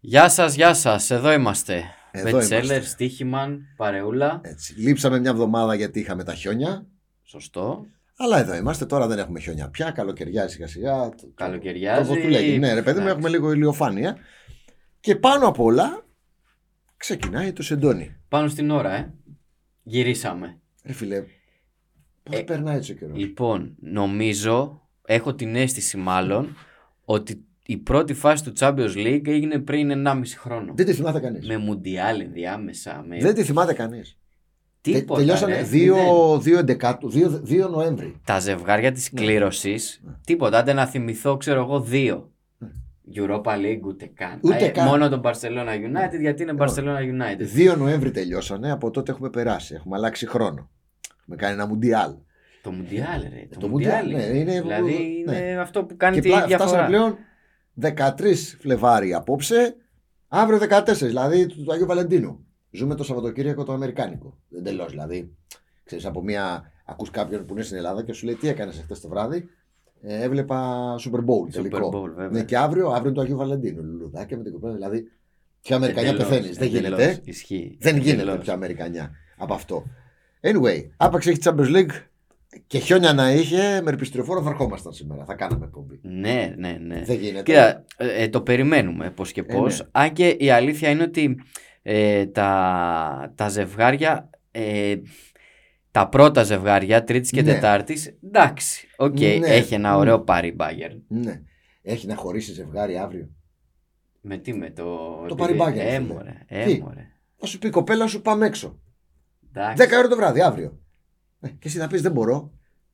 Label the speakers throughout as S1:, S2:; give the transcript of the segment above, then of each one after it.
S1: Γεια σας, γεια σας, εδώ είμαστε.
S2: Εδώ
S1: Bestseller,
S2: είμαστε. Ε.
S1: Στίχημαν, παρεούλα.
S2: Έτσι. Λείψαμε μια εβδομάδα γιατί είχαμε τα χιόνια.
S1: Σωστό.
S2: Αλλά εδώ είμαστε. Τώρα δεν έχουμε χιόνια πια. Καλοκαιριάζει σιγά σιγά. Το- το-
S1: Καλοκαιριάζει.
S2: Το βοτουλέγει. Ναι, ρε παιδί μου,
S1: Εντάξει.
S2: έχουμε λίγο ηλιοφάνεια. Και πάνω απ' όλα ξεκινάει το σεντόνι.
S1: Πάνω στην ώρα, ε. Γυρίσαμε.
S2: Ρε φιλέ, πώς
S1: Ε,
S2: περνάει έτσι ο καιρός.
S1: Λοιπόν, νομίζω, έχω την αίσθηση μάλλον, ότι η πρώτη φάση του Champions League έγινε πριν 1,5 χρόνο.
S2: Δεν τη θυμάται κανείς.
S1: Με Μουντιάλ ενδιάμεσα, με
S2: Δεν τη θυμάται κανείς.
S1: τίποτα.
S2: Τελειώσανε
S1: ρε. Ναι.
S2: 2, 2, 11, 2, 2 Νοέμβρη.
S1: Τα ζευγάρια της
S2: Ναι.
S1: κλήρωσης,
S2: Ναι.
S1: τίποτα. Άντε να θυμηθώ, ξέρω εγώ, δύο.
S2: Ναι.
S1: Europa League ούτε καν. Ε,
S2: Ούτε καν. Ε,
S1: Μόνο τον Barcelona United, γιατί είναι Barcelona United.
S2: 2 Νοέμβρη τελειώσανε. Από τότε έχουμε περάσει. Έχουμε αλλάξει χρόνο. Έχουμε κάνει ένα μουντιάλ.
S1: Το Μουντιάλ, ρε. Το,
S2: το
S1: Μουντιάλ.
S2: Μουντιάλ, ναι, είναι-
S1: δηλαδή είναι
S2: ναι.
S1: αυτό που κάνει
S2: Και
S1: τη
S2: πλά-
S1: διαφορά.
S2: φτάσαμε πλέον 13 Φλεβάρι απόψε, αύριο 14, δηλαδή του, του Αγίου Βαλεντίνου. Ζούμε το Σαββατοκύριακο το Αμερικάνικο. Δεν τελώ, δηλαδή. Ξέρεις, από μία. Ακούς κάποιον που είναι στην Ελλάδα και σου λέει τι έκανες χθε το βράδυ. Ε, έβλεπα Super Bowl
S1: Super
S2: τελικό.
S1: Bowl, βέβαια.
S2: Ναι, και αύριο, αύριο του Αγίου Βαλεντίνου. Λουλουδάκια με την κοπέλα. Δηλαδή,
S1: Ε,
S2: πια Αμερικανιά
S1: Εντελώς,
S2: πεθαίνει. Δεν
S1: εντελώς.
S2: γίνεται.
S1: Ισχύει.
S2: Δεν γίνεται
S1: Εντελώς.
S2: πια Αμερικανιά από αυτό. Anyway, άπαξ έχει Champions League και χιόνια να είχε, με ερπιστριοφόρο θα ερχόμασταν σήμερα. Θα κάναμε εκπομπή.
S1: Ναι, ναι, ναι.
S2: Δεν γίνεται.
S1: Κοίτα, ε, ε, το περιμένουμε πώς και
S2: Ε,
S1: πώς.
S2: ναι.
S1: Αν και η αλήθεια είναι ότι ε, τα, τα ζευγάρια. ε, τα πρώτα ζευγάρια, Τρίτης και
S2: Ναι.
S1: Τετάρτης, εντάξει. Οκ,
S2: Ναι.
S1: έχει ένα
S2: Μμ.
S1: ωραίο πάρει η Bayern.
S2: Ναι. Έχει να χωρίσει ζευγάρι αύριο.
S1: Με τι, με το. Ε,
S2: Το πάρει η Bayern, φίλε.
S1: Έμορε,
S2: Τι?
S1: έμορε.
S2: Θα σου πει η κοπέλα σου πάμε έξω.
S1: Εντάξει.
S2: 10 ώρα το βράδυ αύριο. Ε, και εσύ θα πεις δεν μπορώ.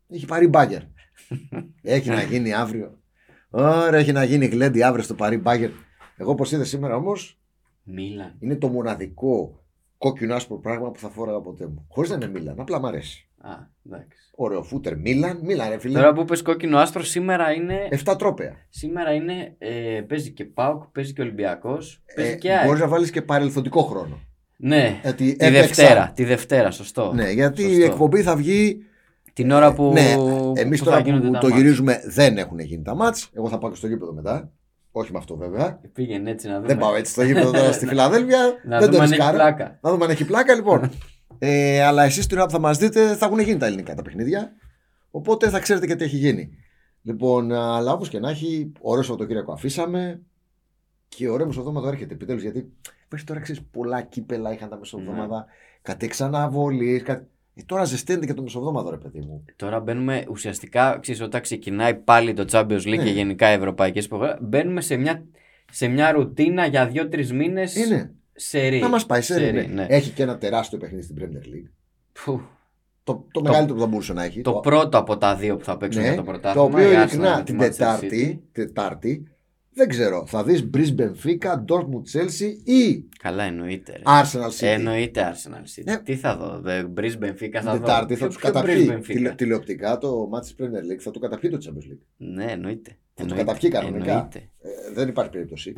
S2: Έχει πάρει μπάγκερ. έχει να γίνει αύριο. Ωραία, έχει να γίνει γλέντι αύριο στο Παρί Μπάγκερ. Εγώ όπως είδες σήμερα όμως,
S1: Μίλαν.
S2: είναι το μοναδικό κόκκινο άσπρο πράγμα που θα φόραγα ποτέ μου. Χωρίς να είναι Μίλαν, απλά μ' αρέσει.
S1: Α, εντάξει.
S2: Ωραίο φούτερ Μίλαν, Μίλαν ρε φίλε.
S1: Τώρα που είπες κόκκινο άστρο, σήμερα είναι.
S2: 7 τρόπαια.
S1: Σήμερα είναι. ε, παίζει και Πάουκ, παίζει και Ολυμπιακός. Παίζει
S2: Ε,
S1: και ΑΕΚ.
S2: Μπορείς να βάλεις και παρελθοντικό χρόνο.
S1: Ναι,
S2: Ε, ότι
S1: τη
S2: έπαιξα.
S1: Δευτέρα. Τη Δευτέρα, σωστό.
S2: Ναι, γιατί η
S1: Σωστό.
S2: εκπομπή θα βγει
S1: Την ώρα που.
S2: ναι,
S1: εμείς
S2: Εμεί τώρα που το γυρίζουμε δεν έχουν γίνει τα μάτς. Εγώ θα πάω και στο γήπεδο μετά. Όχι με αυτό βέβαια.
S1: Ε, Πήγαινε έτσι να δούμε.
S2: Δεν πάω έτσι στο γήπεδο τώρα στη Φιλαδέλφια.
S1: Ναι, Να
S2: δεν το
S1: δούμε αν έχεις
S2: ρισκάρω.
S1: πλάκα. Ναι.
S2: Να δούμε αν έχει πλάκα λοιπόν. ε, αλλά εσείς την ώρα που θα μας δείτε θα έχουν γίνει τα ελληνικά τα παιχνίδια. Οπότε θα ξέρετε και τι έχει γίνει. Λοιπόν, αλλά όπως και να έχει, ωραίο Σαββατοκύριακο αφήσαμε. Και ωραίο μεσοδόματο έρχεται επιτέλους. Γιατί μέχρι τώρα ξέρεις πολλά κύπελα είχαν τα μεσοδόματα.
S1: Ναι.
S2: Κάτι ξαναβολή. Κάτι... Ε, τώρα ζεσταίνεται και το μεσοδόματο, ρε παιδί μου.
S1: Τώρα μπαίνουμε ουσιαστικά, ξέρεις, όταν ξεκινάει πάλι το Champions League
S2: Ναι.
S1: και γενικά ευρωπαϊκές υποχρεώσει, μπαίνουμε σε μια, σε μια ρουτίνα για δύο-τρει μήνες
S2: Είναι.
S1: σε ρί.
S2: Να μας πάει σε
S1: Σερί,
S2: ναι.
S1: ναι.
S2: Έχει και ένα τεράστιο παιχνίδι στην Premier League.
S1: Φου,
S2: Το, το, μεγαλύτερο που θα μπορούσε να έχει.
S1: το πρώτο από τα δύο που θα παίξουν
S2: ναι,
S1: για το πρωτάθλημα.
S2: το οποίο
S1: η Arsenal
S2: ειλικρινά
S1: με τη
S2: την
S1: Manchester City.
S2: Τετάρτη, τετάρτη, δεν ξέρω, θα δεις Brisbane Benfica, Dortmund Chelsea ή
S1: Καλά, εννοείται. ρε.
S2: Arsenal City.
S1: Εννοείται Arsenal City.
S2: Ναι.
S1: Τι θα δω, The Brisbane Fica
S2: την
S1: θα δω.
S2: Τετάρτη θα
S1: Ποιο-
S2: τους
S1: ποιο
S2: καταπιεί.
S1: Brisbane
S2: Τηλε,
S1: Fica?
S2: τηλεοπτικά το match της Premier League θα του καταπιεί το Champions League.
S1: Ναι, εννοείται.
S2: Θα του
S1: Εννοείται.
S2: καταπιεί κανονικά.
S1: Εννοείται.
S2: Ε, δεν υπάρχει περίπτωση.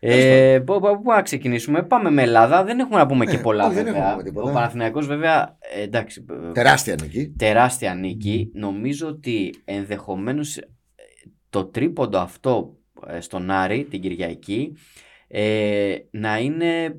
S1: Ε, πού, πού, πού να ξεκινήσουμε, πάμε με Ελλάδα. Δεν έχουμε να πούμε και
S2: Ε,
S1: πολλά
S2: όχι, δεν
S1: βέβαια.
S2: έχουμε τίποτα.
S1: Ο Παναθηναϊκός βέβαια, ε, εντάξει, ε,
S2: Τεράστια νίκη.
S1: τεράστια νίκη. Νομίζω ότι ενδεχομένως ε, το τρίποντο αυτό ε, στον Άρη την Κυριακή ε, να είναι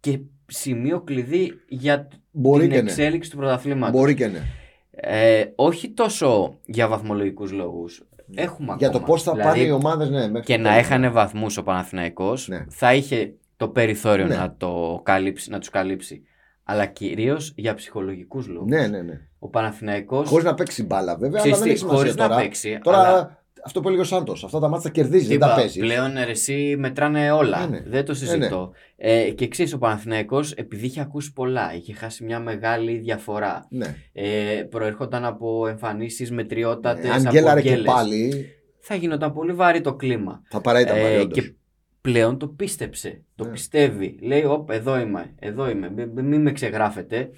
S1: και σημείο κλειδί για
S2: Μπορεί
S1: την
S2: και ναι.
S1: εξέλιξη του πρωταθλήματος.
S2: Μπορεί και ναι.
S1: Ε, όχι τόσο για βαθμολογικούς λόγους. Έχουμε
S2: Για το
S1: ακόμα.
S2: πώς θα
S1: Δηλαδή,
S2: πάνε οι ομάδες, ναι, μέχρι
S1: και
S2: το
S1: να
S2: τέλος.
S1: έχανε βαθμούς ο Παναθηναϊκός
S2: Ναι.
S1: θα είχε το περιθώριο
S2: Ναι.
S1: να, το καλύψει, να τους καλύψει αλλά κυρίως για ψυχολογικούς λόγους
S2: Ναι, ναι, ναι.
S1: ο Παναθηναϊκός
S2: Χωρίς να παίξει μπάλα, βέβαια,
S1: ξέρεις
S2: αλλά δεν
S1: τι,
S2: έχει σημασία
S1: χωρίς να
S2: τώρα.
S1: παίξει
S2: Τώρα
S1: αλλά
S2: αυτό που έλεγε ο Σάντος. Αυτά τα μάτια τα κερδίζει, δεν
S1: είπα,
S2: τα παίζεις.
S1: πλέον ρε, εσύ μετράνε όλα
S2: Ναι, ναι.
S1: δεν το συζητώ Ε, και ξέρεις ο Παναθηναϊκός επειδή είχε ακούσει πολλά είχε χάσει μια μεγάλη διαφορά
S2: Ναι.
S1: ε, προερχόταν από εμφανίσεις μετριότατες
S2: Ε, Αν
S1: από
S2: γκέλαρε και
S1: γκέλες.
S2: πάλι,
S1: θα γινόταν πολύ βαρύ το κλίμα
S2: θα παράει τα
S1: Ε,
S2: μάτια.
S1: και
S2: όντως.
S1: πλέον το πίστεψε. Το
S2: Ναι.
S1: πιστεύει. Λέει, όπ, εδώ είμαι, εδώ είμαι. Μη- μη- Μην με ξεγράφετε.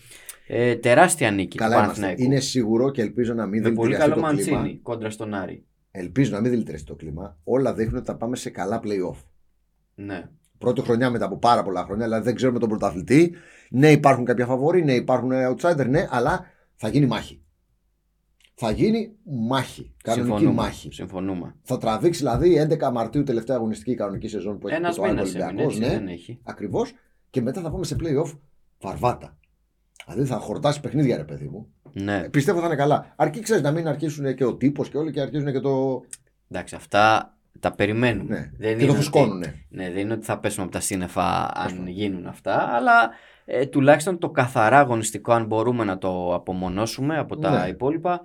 S1: Ε, τεράστια νίκη του
S2: Καλά είμαστε.
S1: Παναθηναϊκού.
S2: Είναι σίγουρο και ελπίζω να μην
S1: ναι, με πολύ
S2: δηλητηριαστεί
S1: καλό
S2: το κλίμα.
S1: μαντσίνη κόντρα στον Άρη.
S2: Ελπίζω να μην δηλητηριαστεί το κλίμα. Όλα δείχνουν ότι θα πάμε σε καλά playoff.
S1: Ναι.
S2: Πρώτη χρονιά μετά από πάρα πολλά χρόνια, δηλαδή δεν ξέρουμε τον πρωταθλητή. ε, Ναι, υπάρχουν κάποια φαβορή, ναι, υπάρχουν outsider, ναι, αλλά θα γίνει μάχη. Θα γίνει μάχη. Κανονική
S1: Συμφωνούμε.
S2: μάχη.
S1: Συμφωνούμε.
S2: Θα τραβήξει δηλαδή 11 Μαρτίου τελευταία αγωνιστική κανονική σεζόν που έχει
S1: Ένας
S2: το
S1: μήνα
S2: Άρη
S1: έμεινε,
S2: Ολυμπιακός,
S1: έτσι
S2: ναι.
S1: δεν έχει.
S2: Ακριβώς. Και μετά θα πάμε σε playoff βαρβάτα. Δηλαδή θα χορτάσει παιχνίδια, ρε παιδί μου.
S1: Ναι.
S2: Ε, Πιστεύω θα είναι καλά. Αρκεί, ξέρεις, να μην αρχίσουν και ο τύπος και όλοι και αρχίζουν και το.
S1: Εντάξει, αυτά τα περιμένουμε.
S2: Ναι.
S1: Δεν
S2: και
S1: είναι
S2: το
S1: ότι-
S2: φουσκώνουν.
S1: Ναι, δεν είναι ότι θα πέσουμε από τα σύννεφα αν
S2: Πέσουμε.
S1: γίνουν αυτά, αλλά ε, τουλάχιστον το καθαρά αγωνιστικό, αν μπορούμε να το απομονώσουμε από τα
S2: Ναι.
S1: υπόλοιπα,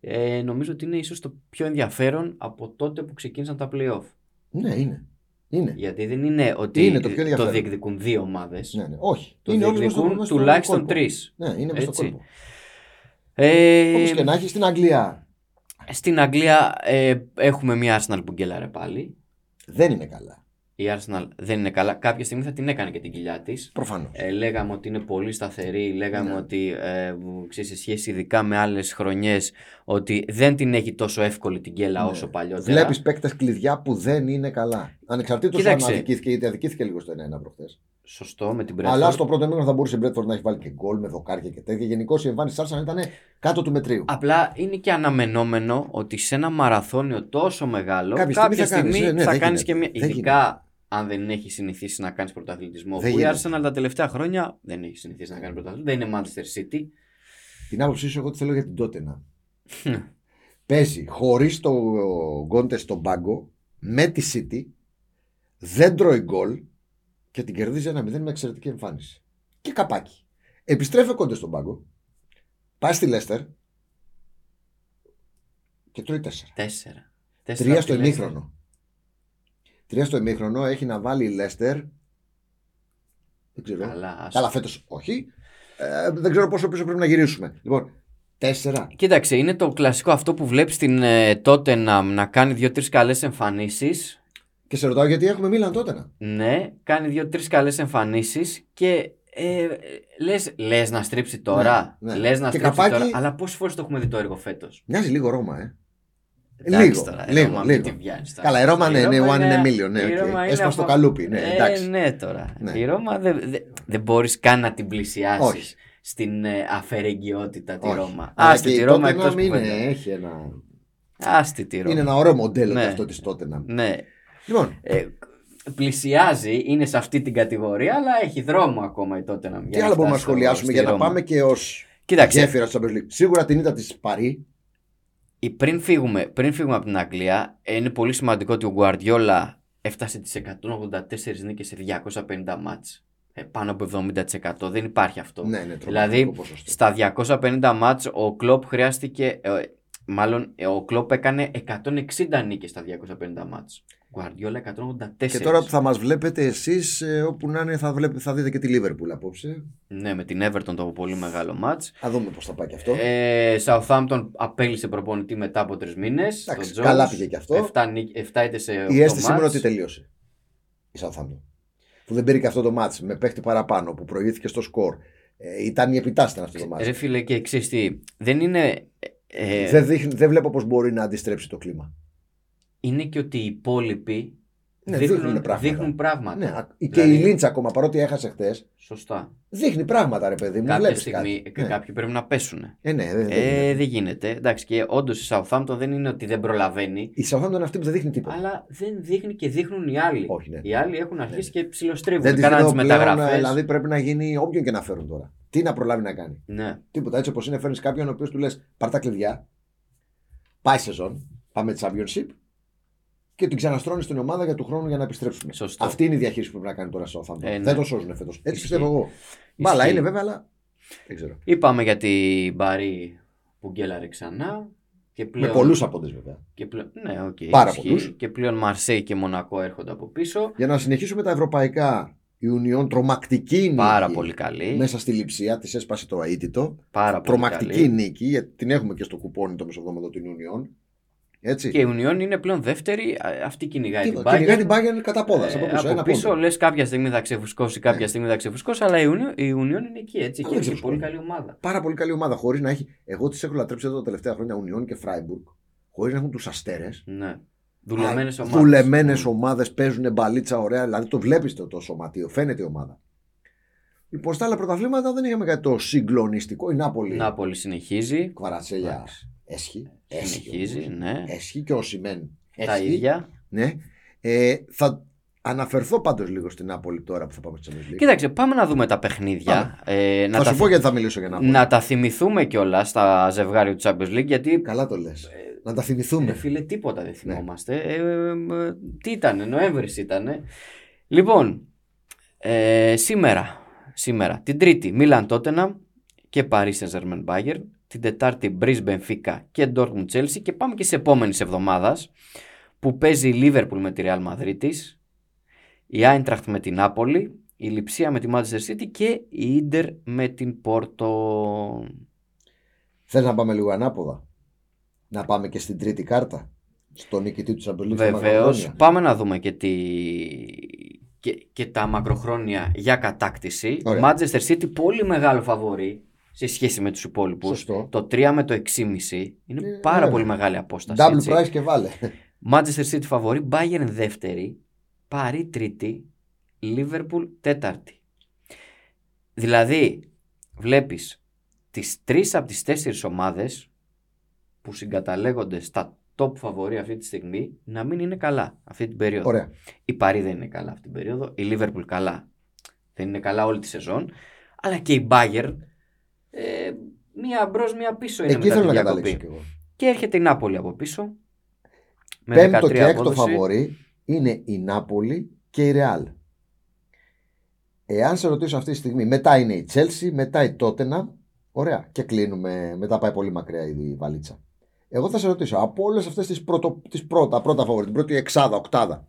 S1: ε, νομίζω ότι είναι ίσως το πιο ενδιαφέρον από τότε που ξεκίνησαν τα playoff.
S2: Ναι, είναι. Είναι.
S1: Γιατί δεν είναι ότι
S2: Είναι το πιο ενδιαφέρον.
S1: διεκδικούν δύο ομάδες.
S2: Ναι, ναι. Όχι.
S1: Το
S2: είναι όλοι μες στο-
S1: διεκδικούν
S2: μες στο
S1: τουλάχιστον
S2: κόλπο.
S1: τρεις.
S2: Ναι, είναι μέσα στο
S1: Έτσι.
S2: κόλπο.
S1: Ε,
S2: Όπω και να έχεις στην Αγγλία.
S1: Στην Αγγλία ε, έχουμε μια Arsenal που γκέλαρε πάλι.
S2: Δεν είναι καλά.
S1: Η Arsenal δεν είναι καλά. Κάποια στιγμή θα την έκανε και την κοιλιά της.
S2: Προφανώς.
S1: Ε, λέγαμε ότι είναι πολύ σταθερή, λέγαμε
S2: Ναι.
S1: ότι ε, ξέρεις, σε σχέση ειδικά με άλλες χρονιές ότι δεν την έχει τόσο εύκολη την κέλα
S2: Ναι.
S1: όσο παλιότερα.
S2: Βλέπεις παίκτες κλειδιά που δεν είναι καλά. Ανεξαρτήτως αν
S1: Κοίταξε.
S2: αδικήθηκε, γιατί αδικήθηκε λίγο στο 1-1 προχθές.
S1: Σωστό με την Brentford.
S2: Αλλά στο πρώτο μήνα θα μπορούσε η Μπρέτφορντ να έχει βάλει και γκολ με δοκάρια και τέτοια. Γενικώ η εμφάνιση τη Άρσεν ήταν κάτω του μετρίου.
S1: Απλά είναι και αναμενόμενο ότι σε ένα μαραθώνιο τόσο μεγάλο
S2: Κάποια
S1: κάποια,
S2: στιγμή θα
S1: στιγμή,
S2: κάνεις, ναι, ναι,
S1: θα
S2: δεν
S1: κάνεις και
S2: γίνεται.
S1: μια...
S2: Δεν
S1: Ειδικά αν δεν έχει συνηθίσει να κάνεις πρωταθλητισμό.
S2: Δεν
S1: που η
S2: γίνεται.
S1: Arsenal τα τελευταία χρόνια δεν έχει συνηθίσει να κάνει πρωταθλητισμό. Δεν είναι Manchester City.
S2: Την άποψή σου, εγώ τη θέλω για την Τότενα. Παίζει χωρίς το Γκόντε στον πάγκο, με τη City, δεν τρώει γκολ και την κερδίζει ένα 0 με εξαιρετική εμφάνιση. Και καπάκι. Επιστρέφει ο Κόντε στον πάγκο, πάει στη Λέστερ και τρώει 4.
S1: Τέσσερα. Τέσσερα
S2: Τρία
S1: από
S2: στο
S1: τη Leicester.
S2: ημίχρονο. Τρία στο ημίχρονο έχει να βάλει η Λέστερ. Δεν ξέρω.
S1: Καλά, άστο.
S2: Καλά, φέτος όχι. Ε, δεν ξέρω πόσο πίσω πρέπει να γυρίσουμε. Λοιπόν, τέσσερα.
S1: Κοίταξε, είναι το κλασικό αυτό που βλέπεις την τότε να, να κάνει δύο-τρει καλές εμφανίσεις.
S2: Και σε ρωτάω γιατί έχουμε Μίλαν τότε. να.
S1: Ναι, κάνει δύο-τρει καλές εμφανίσεις και ε, ε, λες, λες να στρίψει τώρα.
S2: Ναι, ναι.
S1: Λες να
S2: Και
S1: στρίψει
S2: καπάκι-
S1: τώρα. Αλλά πόσες φορές το έχουμε δει το έργο φέτος.
S2: Μοιάζει λίγο Ρώμα, ε.
S1: Εντάξει
S2: λίγο,
S1: τώρα, η
S2: λίγο,
S1: Ρώμα,
S2: λίγο.
S1: μην τη βγάλεις τώρα.
S2: Καλά, η Ρώμα, ναι,
S1: Η
S2: ναι,
S1: Ρώμα
S2: one in a
S1: είναι-
S2: million. Ναι,
S1: η
S2: οκ.
S1: Ρώμα είναι
S2: Έσπασε
S1: από-
S2: το καλούπι. Ναι,
S1: Ε,
S2: εντάξει.
S1: ναι, τώρα.
S2: Ναι.
S1: Η Ρώμα δεν δε, δεν μπορείς καν να την πλησιάσεις
S2: Όχι.
S1: στην ε, αφαιρεγγιότητα τη
S2: Όχι.
S1: Ρώμα.
S2: Αλλά
S1: Άστε
S2: και
S1: τη
S2: η
S1: Ρώμα
S2: Tottenham
S1: εκτός
S2: είναι,
S1: κουβέντας.
S2: έχει ένα...
S1: Άστε τη Ρώμα.
S2: Είναι ένα ωραίο μοντέλο
S1: Ναι.
S2: το αυτό της τότε. να.
S1: Ναι,
S2: Λοιπόν,
S1: ε, πλησιάζει, είναι σε αυτή την κατηγορία, αλλά έχει δρόμο ακόμα η τότε να
S2: τι άλλο μπορούμε να σχολιάσουμε για να πάμε και ως
S1: Κοίταξε,
S2: γέφυρα της Champions League. Σίγουρα την ήττα της Παρή.
S1: η- πριν, φύγουμε, πριν φύγουμε από την Αγγλία, ε, είναι πολύ σημαντικό ότι ο Guardiola έφτασε τις 184 νίκες σε 250 μάτς. Ε, πάνω από 70%. Δεν υπάρχει αυτό.
S2: Ναι, ναι, τρομακτικό
S1: Δηλαδή,
S2: ποσοστό.
S1: Στα 250 μάτς ο Κλόπ χρειάστηκε, ε, μάλλον ε, ο Κλόπ έκανε 160 νίκες στα 250 μάτς. Guardiola 184.
S2: Και τώρα που θα μας βλέπετε εσείς, όπου να είναι, θα, βλέπετε, θα δείτε και τη Λίβερπουλ απόψε.
S1: Ναι, με την Everton το πολύ μεγάλο μάτς.
S2: Θα δούμε πώς θα πάει και αυτό.
S1: Ε, Southampton απέλησε προπονητή μετά από τρεις μήνες.
S2: Εντάξει, καλά πήγε και αυτό.
S1: 7, νίκ, 7 ήττε σε 8
S2: Η αίσθηση μου είναι
S1: μάτς.
S2: ότι τελείωσε. Η Southampton. Που δεν πήρε και αυτό το μάτς με παίχτη παραπάνω, που προηγήθηκε στο σκορ. Ε, ήταν η επιτάσσενα αυτό το μάτς.
S1: Ε, Ρε φίλε, και ξέρεις τι, δεν είναι. ε,
S2: δεν, δείχνει- δεν βλέπω πώς μπορεί να αντιστρέψει το κλίμα.
S1: Είναι και ότι οι υπόλοιποι
S2: Ναι,
S1: δείχνουν,
S2: δείχνουν πράγματα.
S1: δείχνουν πράγματα.
S2: Ναι, α- και
S1: Δηλαδή-
S2: η Λίντσα ακόμα παρότι έχασε χτες,
S1: Σωστά.
S2: δείχνει πράγματα, ρε παιδί μου.
S1: Κάποια
S2: βλέπεις
S1: στιγμή
S2: κάτι.
S1: κα-
S2: Ναι.
S1: κάποιοι πρέπει να πέσουν.
S2: Ε, ναι, δεν- δεν-
S1: Ε, δεν γίνεται. Εντάξει, και όντως η Southampton δεν είναι ότι δεν προλαβαίνει,
S2: Η Southampton είναι αυτή που δεν δείχνει τίποτα.
S1: αλλά δεν δείχνει και δείχνουν οι άλλοι.
S2: Όχι, ναι.
S1: Οι άλλοι έχουν αρχίσει και
S2: Δεν
S1: ψιλοστρίβουν.
S2: τη
S1: Κάναν
S2: δίνω
S1: τις
S2: πλέον,
S1: μεταγραφές.
S2: δηλαδή πρέπει να γίνει όποιον και να φέρουν τώρα. Τι να προλάβει να κάνει.
S1: Ναι,
S2: Τίποτα. Έτσι όπως είναι, φέρνεις κάποιον ο οποίος του λες: Πάρ τα κλειδιά, πάει σεζόν, πάμε championship και την ξαναστρώνεις στην ομάδα για του χρόνου για να επιστρέψουμε.
S1: Σωστό.
S2: Αυτή είναι η διαχείριση που πρέπει να κάνει τώρα στο Southampton.
S1: Ε, ναι.
S2: Δεν το σώζουν φέτος. Έτσι
S1: Ισχύει.
S2: πιστεύω εγώ. Μπαλά
S1: Ισχύει.
S2: είναι βέβαια, αλλά δεν ξέρω.
S1: Είπαμε για την Μπαρή που γκέλαρε ξανά. Και πλέον,
S2: Με πολλούς απόντες βέβαια.
S1: Και πλέον, ναι, οκ,
S2: Πάρα
S1: ισχύει.
S2: πολλούς.
S1: Και πλέον Μαρσέη και Μονακό έρχονται από πίσω.
S2: Για να συνεχίσουμε τα ευρωπαϊκά, η Union τρομακτική νίκη.
S1: Πάρα πολύ καλή.
S2: Ναι, Μέσα στη λειψία της έσπασε το αίτητο.
S1: Πάρα πολύ
S2: Τρομακτική
S1: καλή.
S2: νίκη, γιατί την έχουμε και στο κουπόνι το μεσοβόμαδο την Union. Έτσι.
S1: Και η Union είναι πλέον δεύτερη. Α, Αυτή κυνηγάει την
S2: Τίποτα.
S1: Bayern.
S2: Κυνηγάει την Bayern κατά πόδα.
S1: Ε,
S2: από πίσω.
S1: από
S2: ένα
S1: πίσω
S2: πόντο.
S1: λες κάποια στιγμή θα ξεφουσκώσει, κάποια
S2: Ναι.
S1: στιγμή θα ξεφουσκώσει, αλλά η Union, η Union είναι εκεί έτσι
S2: Α,
S1: και
S2: δεν
S1: έχει πολύ
S2: ξεφουσκώνει.
S1: καλή ομάδα.
S2: πάρα πολύ καλή ομάδα. Χωρίς να έχει. Εγώ τις έχω λατρέψει εδώ τα τελευταία χρόνια Union και Freiburg. Χωρίς να έχουν τους αστέρες.
S1: Ναι. Δουλεμένες ομάδες. Ναι.
S2: Δουλεμένες ομάδες παίζουν μπαλίτσα ωραία. Δηλαδή το βλέπεις το, το σωματείο. Φαίνεται η ομάδα. Λοιπόν, στα άλλα πρωταθλήματα δεν είχαμε κάτι το συγκλονιστικό. Η Νάπολη.
S1: Νάπολη συνεχίζει.
S2: Κβαρατσέλια.
S1: Εντάξει.
S2: Έσχη.
S1: Ναι. Συνεχίζει, ναι.
S2: Έσχη και ο Σιμέν.
S1: Τα
S2: έσχη.
S1: ίδια.
S2: Ναι. Ε, θα αναφερθώ πάντως λίγο στην Νάπολη τώρα που θα πάμε στο Champions League.
S1: Κοίταξε, πάμε να δούμε τα παιχνίδια. Ε, να,
S2: θα
S1: τα,
S2: σου πω γιατί θα μιλήσω για Νάπολη.
S1: να τα θυμηθούμε κιόλας στα ζευγάρια του Champions League. Γιατί
S2: Καλά το λες. Να τα
S1: Ρε
S2: θυμηθούμε.
S1: φίλε, τίποτα δεν θυμόμαστε. Ε, ε, ε, τι ήταν, Νοέμβρη ήταν. Λοιπόν, ε, σήμερα, σήμερα, την Τρίτη, Μίλαν Τότενα και Paris Saint Germain Bayern. Την Τετάρτη, Μπρίζ Μπενφίκα και Dortmund Chelsea. Και πάμε και σε επόμενης εβδομάδας που παίζει η Λίβερπουλ με τη Real Madrid της, η Άιντραχτ με την Νάπολη, η Λιψία με τη Manchester City και η Ίντερ με την Πόρτο.
S2: Θες να πάμε λίγο ανάποδα. Να πάμε και στην τρίτη κάρτα. Στον νικητή του Champions League. στη
S1: Βεβαίως.
S2: Μακεδονία.
S1: Πάμε να δούμε και, τη... και, και τα μακροχρόνια για κατάκτηση.
S2: Ωραία.
S1: Manchester City πολύ μεγάλο φαβορή σε σχέση με τους υπόλοιπους.
S2: Σωστό.
S1: Το 3 με το 6,5 είναι
S2: Ε,
S1: πάρα
S2: βέβαια.
S1: πολύ μεγάλη απόσταση.
S2: Double
S1: έτσι.
S2: price και βάλε.
S1: Ε, Manchester City φαβορή, Bayern δεύτερη, Παρή τρίτη, Liverpool τέταρτη. Δηλαδή, βλέπεις τις τρεις από τις τέσσερις ομάδες που συγκαταλέγονται στα top φαβορή αυτή τη στιγμή να μην είναι καλά αυτή την περίοδο.
S2: Ωραία.
S1: Η Παρή δεν είναι καλά αυτή την περίοδο, η Liverpool καλά δεν είναι καλά όλη τη σεζόν, αλλά και η Bayern ε, μία μπρος μία πίσω είναι
S2: Εκεί
S1: μετά
S2: θέλω να
S1: την
S2: καταλήξω
S1: διακοπή.
S2: κι εγώ.
S1: Και έρχεται η Νάπολη από πίσω. Με
S2: Πέμπτο
S1: 13
S2: και έκτο
S1: απόδοση.
S2: φαβορή είναι η Νάπολη και η Ρεάλ. Εάν σε ρωτήσω αυτή τη στιγμή, μετά είναι η Τσέλσι, μετά η Τότενα. Ωραία. Και κλείνουμε. Μετά πάει πολύ μακριά η βαλίτσα. Εγώ θα σε ρωτήσω, από όλες αυτές τις τις πρώτα, πρώτα φαβορή, την πρώτη εξάδα, οκτάδα,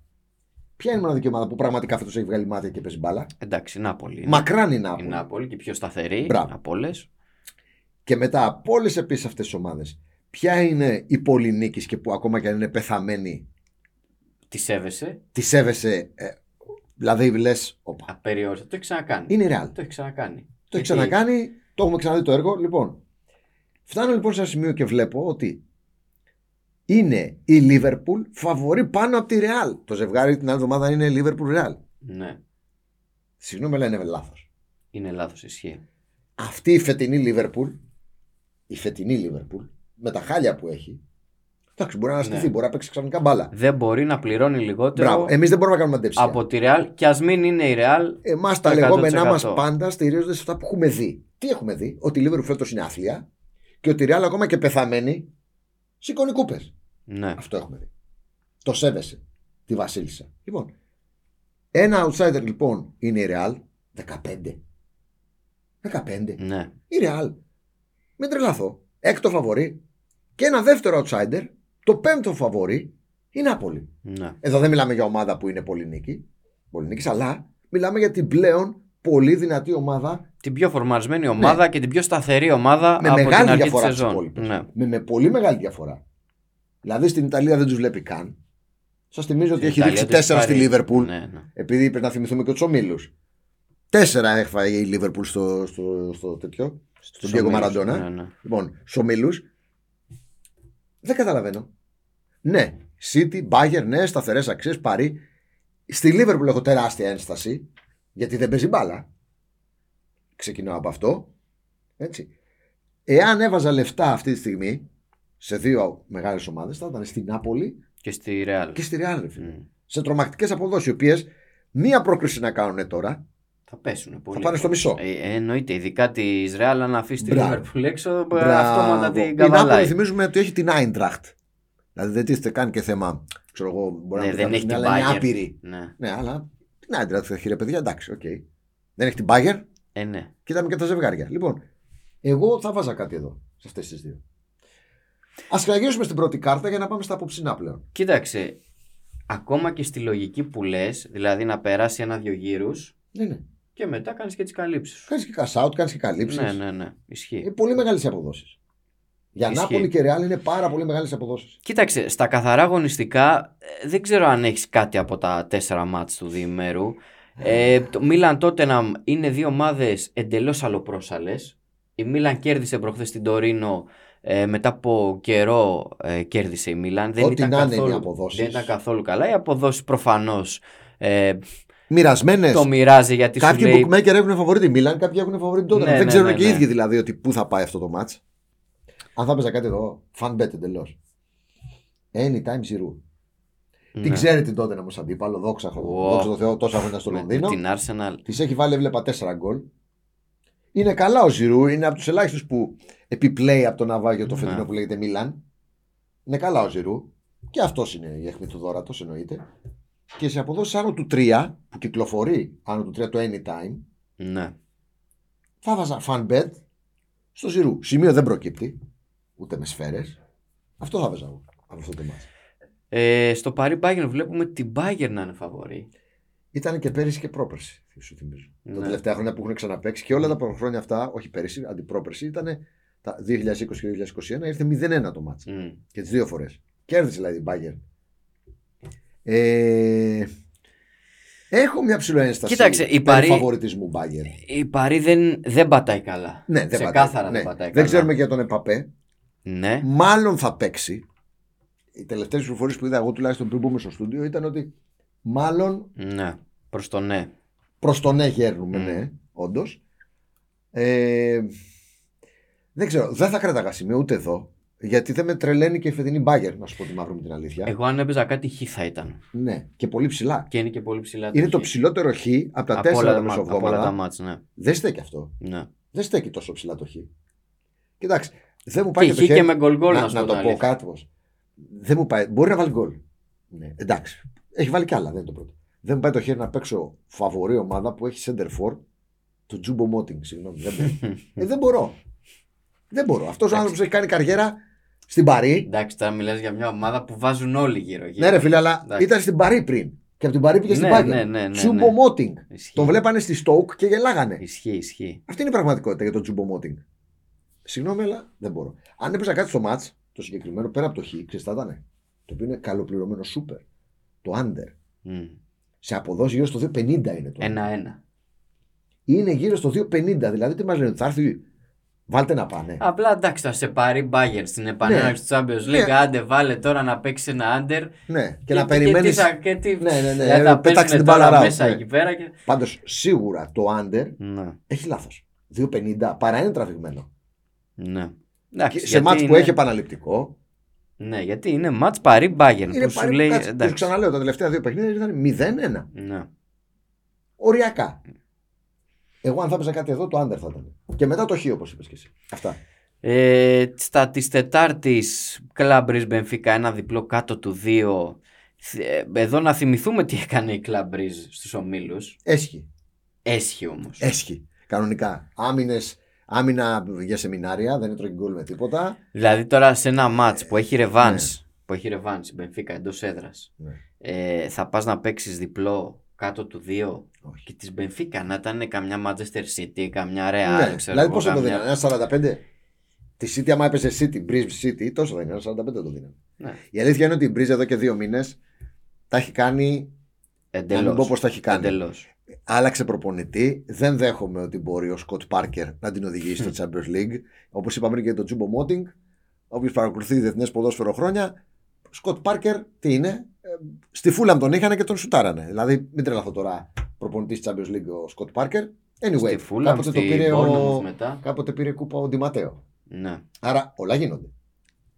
S2: ποια είναι η μοναδική ομάδα που πραγματικά φέτος έχει βγάλει μάτια και παίζει μπάλα.
S1: Εντάξει, η Νάπολη. είναι.
S2: Μακράν η
S1: Η
S2: Νάπολη.
S1: Νάπολη και η πιο σταθερή
S2: Μπράβο.
S1: από όλες.
S2: Και μετά από όλες επίσης αυτές τις ομάδες, ποια είναι η πολυνίκη και που ακόμα και αν είναι πεθαμένη,
S1: Της σέβεσαι.
S2: τη σέβεσαι. ε, δηλαδή λες, όπα.
S1: Απεριόριστα. Το έχει ξανακάνει.
S2: Είναι ρεάλ.
S1: Το έχει ξανακάνει.
S2: Το έχει
S1: Γιατί
S2: ξανακάνει, το έχουμε ξαναδεί το έργο. Λοιπόν, φτάνω λοιπόν σε ένα σημείο και βλέπω ότι είναι η Λίβερπουλ φαβορή πάνω από τη Ρεάλ. Το ζευγάρι την άλλη εβδομάδα είναι Λίβερπουλ Ρεάλ.
S1: Ναι,
S2: Συγγνώμη, αλλά είναι λάθος.
S1: είναι λάθος ισχύει.
S2: Αυτή η φετινή Λίβερπουλ, η φετινή Λίβερπουλ, με τα χάλια που έχει, εντάξει, μπορεί να αναστηθεί,
S1: Ναι.
S2: μπορεί να παίξει ξαφνικά μπάλα.
S1: Δεν μπορεί να πληρώνει λιγότερο
S2: Μπράβο. Εμείς δεν μπορούμε να κάνουμε αντέψει.
S1: από τη Ρεάλ και ας μην είναι η Ρεάλ.
S2: Εμάς τα
S1: 100%.
S2: λεγόμενά μας πάντα στηρίζονται σε αυτά που έχουμε δει. Τι έχουμε δει, ότι η Λίβερπουλ φέτος είναι άθλια και ότι η Ρεάλ ακόμα και πεθαμένη σηκώνει κούπες.
S1: Ναι.
S2: Αυτό έχουμε δει. Το σέβεσαι τη Βασίλισσα. Λοιπόν, ένα outsider λοιπόν είναι η Ρεάλ 15. 15.
S1: ναι.
S2: Η Ρεάλ. Μην τρελαθώ. Έκτο φαβορή. Και ένα δεύτερο outsider, το πέμπτο φαβορή, η Νάπολη.
S1: ναι.
S2: Εδώ δεν μιλάμε για ομάδα που είναι πολυνίκη, πολυνίκης, αλλά μιλάμε για την πλέον πολύ δυνατή ομάδα
S1: Την πιο φορμαρισμένη ομάδα και την πιο σταθερή ομάδα
S2: Ναι. με
S1: από την
S2: μεγάλη
S1: αρχή της
S2: διαφορά από τις
S1: σεζόν.
S2: υπόλοιπες.
S1: Ναι.
S2: Με, με πολύ μεγάλη διαφορά. Δηλαδή στην Ιταλία δεν τους βλέπει καν. Σας θυμίζω
S1: Στην
S2: ότι έχει
S1: Ιταλία
S2: δείξει
S1: το έχει
S2: τέσσερα στη
S1: πάρει.
S2: Λίβερπουλ.
S1: Ναι, ναι.
S2: Επειδή πρέπει να θυμηθούμε και τους ομίλους. Τέσσερα έφαγε η Λίβερπουλ στο, στο, στο τέτοιο. Στον Diego
S1: Ομίλους.
S2: Maradona.
S1: Ναι, ναι.
S2: Λοιπόν, στους ομίλους. Δεν καταλαβαίνω. Ναι, City, Bayern, ναι, σταθερές αξίες, Παρί. Στη Λίβερπουλ έχω τεράστια ένσταση, γιατί δεν παίζει μπάλα. Ξεκινάω από αυτό. Έτσι. Εάν έβαζα λεφτά αυτή τη στιγμή σε δύο μεγάλες ομάδες, θα ήταν στη Νάπολη
S1: Και στη Ρεάλ. Ναι.
S2: και στη Real. ρε φίλε.
S1: Μμ.
S2: Σε τρομακτικές αποδόσεις, οι οποίες μία πρόκριση να κάνουν τώρα,
S1: Θα πέσουν πολύ.
S2: θα πάνε στο μισό.
S1: Ε, εννοείται, ειδικά τη Ρεάλ, αν αφήσει τη
S2: Μπράβο.
S1: Λίβερπουλ έξω, ε,
S2: Μπράβο.
S1: αυτόματα την
S2: Η Νάπολη
S1: καβαλάει.
S2: θυμίζουμε ότι έχει την Άιντραχτ. Δηλαδή δεν τίθεται καν και θέμα. Ξέρω εγώ, μπορεί
S1: Ναι,
S2: να
S1: δεν έχει την
S2: αλλά είναι
S1: Bayern.
S2: άπειρη.
S1: Ναι.
S2: Ναι, αλλά την Άιντραχτ θα χειρε παιδιά, εντάξει, οκ. Δεν έχει την Bayern
S1: Ε, ναι.
S2: και είδαμε και τα ζευγάρια. Λοιπόν, εγώ θα βάζα κάτι εδώ, σε αυτές τις δύο. Ας ξαναγυρίσουμε στην πρώτη κάρτα για να πάμε στα απόψινά πλέον.
S1: Κοίταξε, ακόμα και στη λογική που λες, δηλαδή να περάσει ένα-δυο γύρους
S2: Ναι, ναι.
S1: και μετά κάνεις και τις καλύψεις σου.
S2: Κάνεις και cash out, κάνεις και καλύψεις.
S1: Ναι, ναι, ναι. Ισχύει.
S2: Είναι πολύ μεγάλες οι αποδόσεις. Για
S1: Ισχύει.
S2: Νάπολη και Ρεάλ είναι πάρα πολύ μεγάλες αποδόσεις.
S1: Κοίταξε, στα καθαρά αγωνιστικά ε, δεν ξέρω αν έχεις κάτι από τα τέσσερα μάτς του διημέρου. Ε, το Μίλαν Τότεναμ είναι δύο ομάδες εντελώς αλλοπρόσαλες. Η Μίλαν κέρδισε προχθές την Τωρίνο, ε, μετά από καιρό ε, κέρδισε η Μίλαν. Δεν
S2: Ό,τι
S1: ήταν,
S2: να είναι είναι οι
S1: καθόλου,
S2: αποδόσεις.
S1: δεν ήταν καθόλου καλά. Οι αποδόσεις προφανώς ε,
S2: Μοιρασμένες.
S1: Το μοιράζει γιατί σου
S2: Κάποιοι
S1: λέει.
S2: bookmaker έχουν φοβορή τη Μίλαν, κάποιοι έχουν φοβορή την Τότεναμ.
S1: Ναι,
S2: Δεν
S1: ναι,
S2: ξέρουν
S1: ναι,
S2: και οι
S1: ναι.
S2: ίδιοι δηλαδή ότι πού θα πάει αυτό το match. Αν θα παίζα κάτι εδώ, fan bet εντελώς. Anytime zero.
S1: Ναι.
S2: Την ξέρει την Τότεναμ ως αντίπαλο, δόξα,
S1: Ω.
S2: δόξα τω Θεώ, τόσα χρόνια στο
S1: Με-
S2: Λονδίνο.
S1: με Την Arsenal.
S2: Της έχει βάλει, έβλεπα 4 γκολ. Είναι καλά ο Ζηρού, είναι από τους ελάχιστους που επιπλέει από το ναυάγιο το
S1: Ναι.
S2: φετινό που λέγεται Μίλαν. Είναι καλά ο Ζηρού. Και αυτός είναι η αιχμή του δώρατο, εννοείται. Και σε αποδόσεις άνω του 3, που κυκλοφορεί άνω του 3 το anytime,
S1: Ναι.
S2: θα βάζα fan bet στο Ζηρού. Σημείο δεν προκύπτει, ούτε με σφαίρες. Αυτό θα βάζα εγώ από αυτό το μάτι.
S1: Ε, στο Παρί Bayern βλέπουμε την Bayern να είναι φαβορή.
S2: Ήταν και πέρυσι και πρόπερσι, σου θυμίζω.
S1: Ναι.
S2: Τα τελευταία χρόνια που έχουν ξαναπέξει και όλα τα χρόνια αυτά, όχι πέρυσι, αντιπρόπερσι, ήταν τα 2020 και 2021, ήρθε 0-1 το μάτς.
S1: Μμ.
S2: Και τι δύο φορές. Κέρδισε δηλαδή η Bayern. Ε, έχω μια ψηλό ένσταση
S1: Κοίταξε, η
S2: περί
S1: Παρί-
S2: φαβοριτισμού Bayern.
S1: Η Παρί δεν, δεν πατάει καλά.
S2: Ναι, δεν
S1: Ξεκάθαρα
S2: πατάει.
S1: δεν
S2: Ναι.
S1: πατάει καλά.
S2: Δεν ξέρουμε και για τον Επαπέ.
S1: Ναι.
S2: Μάλλον θα παίξει. Οι τελευταίες πληροφορίες που είδα εγώ τουλάχιστον πριν μπούμε στο στούντιο ήταν ότι μάλλον
S1: Ναι. Προς το ναι.
S2: Προς το ναι γέρνουμε,
S1: Μμμ.
S2: ναι, όντως. Ε, δεν ξέρω, δεν θα κράταγα σημείο ούτε εδώ. Γιατί δεν με τρελαίνει και η φετινή μπάγκερ, να σου πω τη μαύρη μου την αλήθεια.
S1: Εγώ αν έπαιζα κάτι χ θα ήταν.
S2: Ναι, και πολύ ψηλά.
S1: Και είναι και πολύ ψηλά.
S2: Είναι
S1: χ.
S2: το ψηλότερο χ από τα
S1: Από όλα
S2: τέσσερα τα
S1: τα μάτς- Από όλα τα
S2: μεσοβδόμαδα.
S1: μάτς, ναι.
S2: Δεν στέκει αυτό.
S1: ναι.
S2: Δεν στέκει τόσο ψηλά το χ. Κοιτάξτε, δεν μου πάει
S1: Και
S2: και,
S1: χ
S2: το χέρι.
S1: και με γκολ γκολ
S2: να,
S1: να, σου
S2: να
S1: πω
S2: το
S1: την
S2: πω
S1: αλήθεια.
S2: κάτι πως. Δεν μου πάει. Μπορεί να βάλει γκολ. Ναι, εντάξει. Έχει βάλει κι άλλα, δεν είναι το πρώτο. Δεν μου πάει το χέρι να παίξω φαβορή ομάδα που έχει center for του Τζούμπο Μότινγκ. Συγγνώμη, δεν μπορώ. ε, δεν μπορώ. Δεν μπορώ. Αυτός ο άνθρωπος έχει κάνει καριέρα στην Παρή.
S1: Εντάξει, τώρα μιλάς για μια ομάδα που βάζουν όλοι γύρω γύρω.
S2: Ναι, ρε φίλε, αλλά
S1: Εντάξει.
S2: ήταν στην Παρή πριν. Και από την Παρή πήγε στην
S1: Ναι,
S2: Πάγκερ.
S1: ναι, ναι, ναι,
S2: Τζούμπο
S1: ναι.
S2: Μότινγκ.
S1: Ισχύει.
S2: Τον βλέπανε στη Στόουκ και γελάγανε.
S1: Ισχύει, ισχύει.
S2: Αυτή είναι η πραγματικότητα για τον Τζούμπο Μότινγκ. Συγγνώμη, αλλά δεν μπορώ. Αν έπαιζα κάτι στο ματ, το συγκεκριμένο πέρα από το χ, ξέρεις θα ήταν. Το οποίο είναι καλοπληρωμένο σούπερ. Το under.
S1: Μμ.
S2: Σε αποδόσεις γύρω στο 2,50 είναι το.
S1: Ε, ναι.
S2: under.
S1: Ένα-ένα.
S2: Είναι γύρω στο 2,50. Δηλαδή τι μας λένε, θα έρθει. Βάλτε να πάνε.
S1: Απλά εντάξει, θα σε πάρει μπάγκερ στην επανέναρξη του Champions League.
S2: Ναι.
S1: Άντε, βάλε τώρα να παίξει ένα under.
S2: ναι, και, να
S1: Και τι
S2: περιμένει.
S1: θα- και τι-
S2: Ναι, ναι, ναι.
S1: Δηλαδή, θα
S2: Πέταξε
S1: παίξουνε
S2: την μπάλα
S1: τώρα
S2: round,
S1: μέσα
S2: ναι.
S1: εκεί πέρα. Και...
S2: Πάντως σίγουρα το under
S1: Ναι,
S2: έχει λάθος. 2,50 παρά είναι τραβηγμένο.
S1: ναι.
S2: Και
S1: Εντάξει,
S2: σε
S1: γιατί
S2: μάτ που
S1: είναι-
S2: έχει επαναληπτικό.
S1: Ναι, γιατί είναι μάτς παρή Bayern
S2: Είναι
S1: που σου
S2: παρή-
S1: λέει.
S2: κάτσε,
S1: εντάξει,
S2: σου ξαναλέω, τα τελευταία δύο παιχνίδια ήταν 0-1.
S1: ναι.
S2: οριακά. Εγώ αν θα έπαιζα κάτι εδώ, το άντερ θα ήταν. Και μετά το χ, όπως είπες και εσύ. Αυτά.
S1: Ε, στα της Τετάρτης Κλαμπρίς Μπενφίκα ένα διπλό κάτω του 2 εδώ να θυμηθούμε τι έκανε η Κλαμπρίς στους ομίλους
S2: Έσχη.
S1: έσχη όμως
S2: Έσχη. Κανονικά. Άμυνες. Άμυνα για σεμινάρια, δεν έτρωγε γκολ με τίποτα.
S1: δηλαδή τώρα σε ένα
S2: Ε,
S1: μάτς που έχει ρεβάνς που έχει ρεβάνς η Μπενφίκα εντός έδρας
S2: Ναι.
S1: ε, θα πας να παίξεις διπλό κάτω του 2
S2: Όχι.
S1: και της Μπενφίκα να ήταν καμιά Manchester City καμιά Real
S2: ναι.
S1: Ε, ξέρω
S2: Δηλαδή,
S1: εγώ,
S2: πόσο το
S1: καμιά-
S2: δίνανε, ένα 45. Τη City, άμα έπαιζε City, Breeze City, τόσο δεν είναι, ένα 45 το δίνανε.
S1: Ναι.
S2: Η αλήθεια είναι ότι η Breeze εδώ και δύο μήνες τα έχει κάνει. Να μην πω πώ
S1: εντελώς,
S2: τα έχει κάνει.
S1: εντελώς.
S2: Άλλαξε προπονητή. Δεν δέχομαι ότι μπορεί ο Σκοτ Πάρκερ να την
S1: Hm.
S2: οδηγήσει στο Champions League. Όπως είπαμε και για τον Τζούμπο Μότινγκ, όποιο παρακολουθεί διεθνές ποδόσφαιρο χρόνια. Σκοτ Πάρκερ τι είναι. ε, στη Φούλαμ τον είχαν και τον σουτάρανε. Δηλαδή, μην τρελαθώ τώρα. Προπονητής της Champions League ο Σκοτ Πάρκερ. Anyway,
S1: στη Φούλα,
S2: κάποτε, το
S1: στη
S2: πήρε
S1: Bournemouth
S2: ο...
S1: μετά
S2: κάποτε πήρε κούπα ο Ντιματέο.
S1: ναι.
S2: Άρα όλα γίνονται.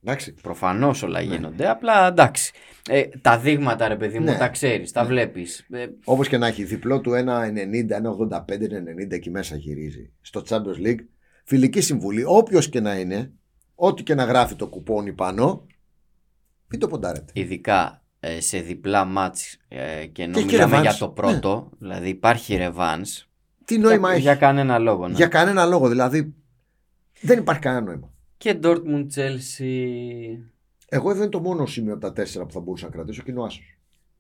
S2: Εντάξει.
S1: Προφανώς όλα
S2: Ναι.
S1: γίνονται. Απλά εντάξει. Ε, τα δείγματα, ρε παιδί μου,
S2: Ναι.
S1: τα ξέρεις, τα
S2: Ναι.
S1: βλέπεις. Ε,
S2: Όπως και να έχει, διπλό του 1,90, 1,85-1,90 εκεί μέσα γυρίζει. Στο Champions League, φιλική συμβουλή, όποιος και να είναι, ό,τι και να γράφει το κουπόνι πάνω, μην το ποντάρετε.
S1: ειδικά ε, σε διπλά μάτς ε, και ενώ
S2: Και έχει
S1: μιλάμε
S2: ρεβάνς.
S1: για το πρώτο, δηλαδή υπάρχει ρεβάνς
S2: Τι νόημα
S1: για,
S2: έχει.
S1: για κανένα λόγο. Ναι.
S2: Για κανένα λόγο, δηλαδή. Δεν υπάρχει κανένα νόημα.
S1: Και Dortmund, Chelsea.
S2: Εγώ εδώ είναι το μόνο σημείο από τα τέσσερα που θα μπορούσα να κρατήσω και είναι ο Άσος.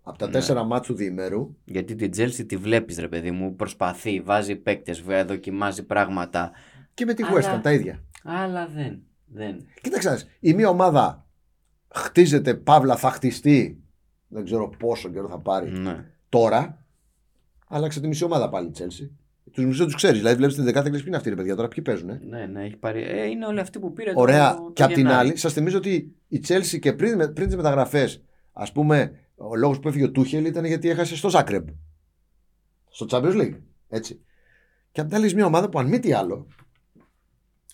S2: Από τα
S1: Ναι.
S2: τέσσερα μάτσου διημέρου,
S1: Γιατί την Chelsea τη βλέπεις, ρε παιδί μου, προσπαθεί, βάζει παίκτες, δοκιμάζει πράγματα.
S2: και με τη
S1: Αλλά-
S2: West Ham τα ίδια.
S1: Αλλά δεν. δεν.
S2: Κοίταξε, να δεις, η μία ομάδα χτίζεται, παύλα θα χτιστεί. Δεν ξέρω πόσο καιρό θα πάρει.
S1: Ναι.
S2: Τώρα άλλαξε τη μισή ομάδα πάλι η Τσέλση. Τους μισούς τους ξέρεις. Δηλαδή, βλέπεις την δεκάδα και λες, ποιοι είναι αυτοί οι παιδιά τώρα, ποιοι παίζουν. ε?
S1: ναι, ναι, έχει πάρει. Ε, είναι όλοι αυτοί που πήρε το-
S2: Ωραία.
S1: το
S2: και απ' την
S1: Γενάρη.
S2: άλλη, σας θυμίζω ότι η Τσέλση και πριν, πριν τις μεταγραφές, ας πούμε, ο λόγος που έφυγε ο Τούχελ ήταν γιατί έχασε στο Ζάκρεμπ. στο Champions League. Έτσι. Και απ' την άλλη, είσαι μια ομάδα που αν μη τι άλλο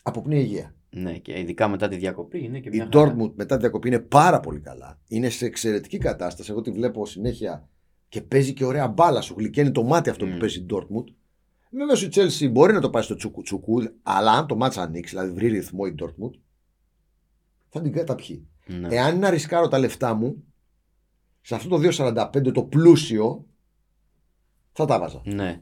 S2: αποπνεί υγεία.
S1: Ναι, και ειδικά μετά τη διακοπή είναι και μια.
S2: Η
S1: χαρά.
S2: Dortmund μετά τη διακοπή είναι πάρα πολύ καλά. Είναι σε εξαιρετική κατάσταση. Εγώ τη βλέπω συνέχεια και παίζει και ωραία μπάλα. Σου γλυκαίνει το μάτι αυτό που
S1: Μμμ.
S2: παίζει η Dortmund. Βέβαια η Chelsea μπορεί να το πάει στο τσουκου τσουκου, αλλά αν το μάτσα ανοίξει, δηλαδή βρει ρυθμό η Dortmund, θα την καταπιεί.
S1: Ναι.
S2: Εάν να ρισκάρω τα λεφτά μου, σε αυτό το 2,45 το πλούσιο, θα τα βάζα.
S1: ναι.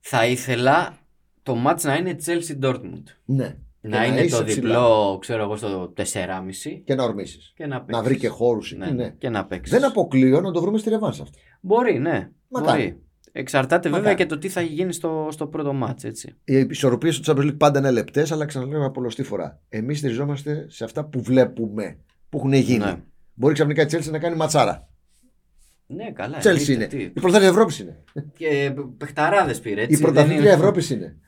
S1: Θα ήθελα το μάτς να είναι Chelsea Dortmund.
S2: Ναι.
S1: Να,
S2: να
S1: είναι
S2: είσαι
S1: το
S2: ψηλά.
S1: διπλό, ξέρω εγώ, στο 4,5
S2: Και να ορμήσεις.
S1: και να παίξει.
S2: Να βρει και χώρους εκεί.
S1: ναι,
S2: Ναι.
S1: Και να παίξεις.
S2: Δεν αποκλείω να το βρούμε στη ρεβάνσα αυτό.
S1: Μπορεί, ναι.
S2: Μακάρι.
S1: Μπορεί. Εξαρτάται
S2: Μακάρι.
S1: βέβαια και το τι θα γίνει στο, στο πρώτο μάτς, έτσι.
S2: Οι ισορροπίες του Champions League πάντα είναι λεπτές, αλλά ξαναλέω για πολλωστή φορά. Εμείς στηριζόμαστε σε αυτά που βλέπουμε, που έχουν γίνει.
S1: Ναι.
S2: Μπορεί ξαφνικά η Chelsea να κάνει ματσάρα.
S1: Ναι, καλά.
S2: Chelsea
S1: εννοείται,
S2: είναι.
S1: τι.
S2: Η πρωταθλήτρια Ευρώπης είναι.
S1: Και παιχταράδες πήρε, έτσι.
S2: η
S1: δεν
S2: πρωταθλήτρια
S1: είναι- ναι.
S2: Ευρώπης είναι.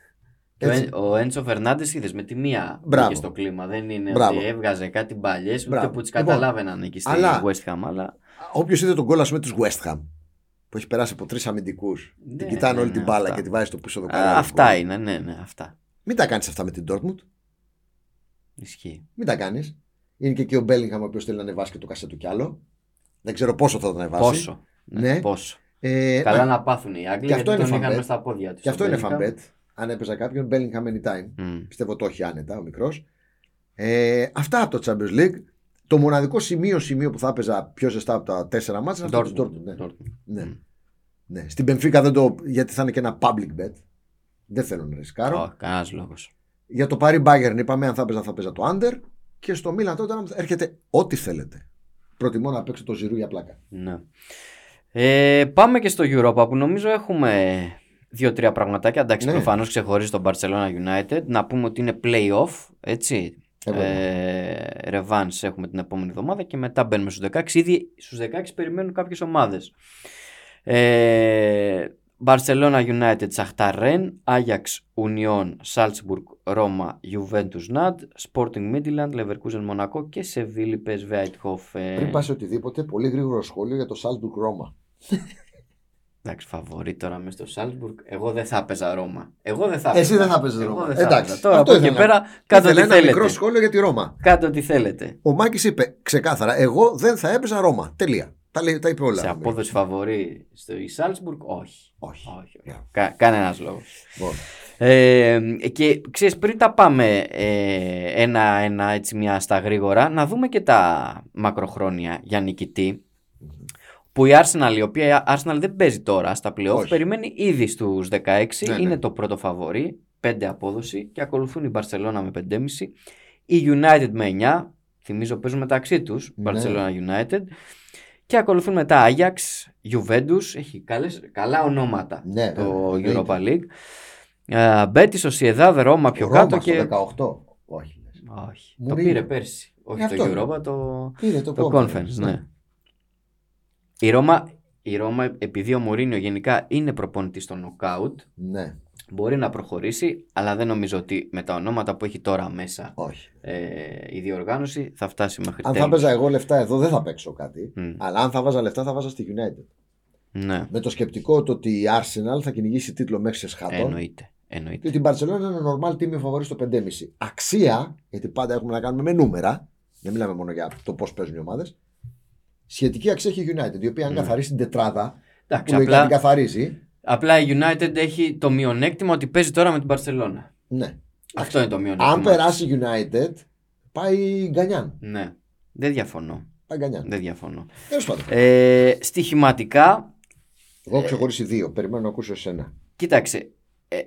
S1: Το
S2: Έτσι.
S1: Εν- ο Έντσο Φερνάντες είδες με τη μία
S2: Μπράβο.
S1: μπήκε στο κλίμα. Δεν είναι
S2: Μπράβο.
S1: ότι έβγαζε κάτι παλιέ, ούτε
S2: Μπράβο.
S1: που τις
S2: Λοιπόν,
S1: καταλάβαιναν εκεί στη
S2: αλλά-
S1: West Ham. Αλλά...
S2: Όποιος είδε τον κόλλα με τους West Ham που έχει περάσει από τρεις αμυντικούς.
S1: Ναι,
S2: την κοιτάνε
S1: ναι,
S2: όλη
S1: ναι,
S2: την μπάλα
S1: αυτά.
S2: και τη βάζει στο πίσω δοκάρι.
S1: Α, αυτά είναι, ναι, ναι, αυτά.
S2: Μην τα κάνεις αυτά με την Dortmund.
S1: Ισχύει.
S2: Μην τα κάνεις. Είναι και εκεί ο Μπέλιγχαμ ο οποίος θέλει να ανεβάσει και το κασέτο κι άλλο. Δεν ξέρω πόσο θα το ανεβάσει.
S1: Πόσο.
S2: Ναι.
S1: πόσο.
S2: Ε,
S1: Καλά να πάθουν οι Άγγλοι
S2: και
S1: γιατί
S2: αυτό είναι
S1: τον
S2: fan
S1: είχαν
S2: bet.
S1: μέσα στα πόδια τους.
S2: και αυτό είναι fan bet. Αν έπαιζα κάποιον, Bellingham anytime. Πιστεύω το έχει άνετα ο μικρός. Ε, αυτά από το Champions League. Το μοναδικό σημείο, σημείο που θα έπαιζα πιο ζεστά από τα τέσσερα μάτια είναι αυτό του Dortmund. Ναι. Ναι.
S1: Μμ.
S2: Ναι. Στην Benfica δεν το. γιατί θα είναι και ένα public bet. Δεν θέλω να ρισκάρω.
S1: Κανένας λόγος.
S2: Για το Paris Bayern είπαμε, αν θα παίζα, θα παίζα το under. Και στο Milan τότε έρχεται ό,τι θέλετε. Προτιμώ να παίξω το ζυρού για πλάκα.
S1: Ναι. Ε, πάμε και στο Europa που νομίζω έχουμε δύο-τρία πραγματάκια. Εντάξει,
S2: Ναι.
S1: προφανώς ξεχωρίζει τον Barcelona United. Να πούμε ότι είναι playoff, έτσι.
S2: Βέβαια. ναι.
S1: Ε, revenge έχουμε την επόμενη εβδομάδα και μετά μπαίνουμε στους 16. Ήδη στους 16 περιμένουν κάποιες ομάδες. Ε, Barcelona United, Shakhtar Ren, Ajax, Union, Salzburg, Roma, Juventus, Nad, Sporting Midland, Leverkusen, Μονακό και Sevilla, PSV, Eindhoven.
S2: Πριν πας σε οτιδήποτε, πολύ γρήγορο σχόλιο για το Salzburg Roma.
S1: Εντάξει, φαβορεί τώρα μέσα στο Σάλτσμπουργκ. Εγώ δεν θα έπαιζα Ρώμα. Εγώ δεν θα
S2: Εσύ δεν θα παίζει
S1: Εγώ
S2: Ρώμα.
S1: δεν θα
S2: Εντάξει.
S1: έπαιζα. Τώρα
S2: Αυτό
S1: από εκεί
S2: ήθελα.
S1: πέρα κάτω
S2: Ήθελα
S1: ό,τι
S2: ένα μικρό
S1: θέλετε.
S2: σχόλιο για τη Ρώμα.
S1: Κάτω ό,τι θέλετε.
S2: Ο Μάκης είπε ξεκάθαρα: Εγώ δεν θα έπαιζα Ρώμα. Τελεία. Τα, λέει, τα είπε όλα.
S1: Σε απόδοση φαβορεί στο η Σάλτσμπουργκ, όχι.
S2: Όχι.
S1: όχι.
S2: Ναι.
S1: Κα, Κανένας λόγος.
S2: Λοιπόν,
S1: Ε, και ξέρεις, πριν τα πάμε ε, ένα-ένα, έτσι μια στα γρήγορα, να δούμε και τα μακροχρόνια για νικητή. Που η Arsenal, η οποία Arsenal δεν παίζει τώρα στα playoff,
S2: Όχι.
S1: περιμένει ήδη στους 16,
S2: Ναι, ναι.
S1: είναι το πρώτο φαβορή, 5 απόδοση και ακολουθούν η Barcelona με 5,5, η United με 9, θυμίζω παίζουν μεταξύ τους,
S2: Ναι.
S1: Barcelona United, και ακολουθούν μετά Ajax, Juventus, έχει καλές, καλά ονόματα
S2: Ναι,
S1: το
S2: βέβαια,
S1: Europa League. Ε, Μπέτη, Σοσιεδάδ, Ρώμα πιο
S2: Ρώμας
S1: κάτω
S2: στο
S1: και.
S2: 18. Όχι. λες.
S1: Όχι.
S2: Μου
S1: το
S2: λέει.
S1: πήρε πέρσι. Όχι
S2: Ε,
S1: το
S2: αυτό είναι.
S1: Europa, το,
S2: Πήρε το,
S1: το Conference, ναι. Η Ρώμα, η Ρώμα, επειδή ο Μουρίνιο γενικά είναι προπονητής στο knockout,
S2: Ναι,
S1: μπορεί να προχωρήσει, αλλά δεν νομίζω ότι με τα ονόματα που έχει τώρα μέσα
S2: όχι.
S1: ε, η διοργάνωση θα φτάσει μέχρι
S2: Αν θα
S1: τέλος.
S2: παίζα εγώ λεφτά εδώ, δεν θα παίξω κάτι.
S1: Μμ,
S2: Αλλά αν θα βάζα λεφτά, θα βάζα στη United.
S1: ναι,
S2: Με το σκεπτικό το ότι η Arsenal θα κυνηγήσει τίτλο μέχρι σε σχάτο.
S1: εννοείται. εννοείται.
S2: Και ότι η Barcelona είναι ένα normal τίμιο φαβορή στο 5,5. Αξία, γιατί πάντα έχουμε να κάνουμε με νούμερα, δεν μιλάμε μόνο για το πώς παίζουν οι ομάδες. Σχετική αξία έχει η United, η οποία αν
S1: Ναι.
S2: καθαρίσει την τετράδα, που
S1: Εντάξει,
S2: λογικά την
S1: απλά,
S2: καθαρίζει.
S1: απλά η United έχει το μειονέκτημα ότι παίζει τώρα με την Barcelona.
S2: Ναι.
S1: Αυτό είναι το μειονέκτημα.
S2: Αν
S1: της.
S2: περάσει η United, πάει γκανιάν.
S1: Ναι. Δεν διαφωνώ.
S2: Πάει γκανιάν.
S1: Δεν διαφωνώ.
S2: Τέλος πάντων.
S1: Ε, στοιχηματικά,
S2: Εγώ
S1: Ε,
S2: έχω ξεχωρίσει δύο. Περιμένω να ακούσω εσένα.
S1: κοίταξε. Ε,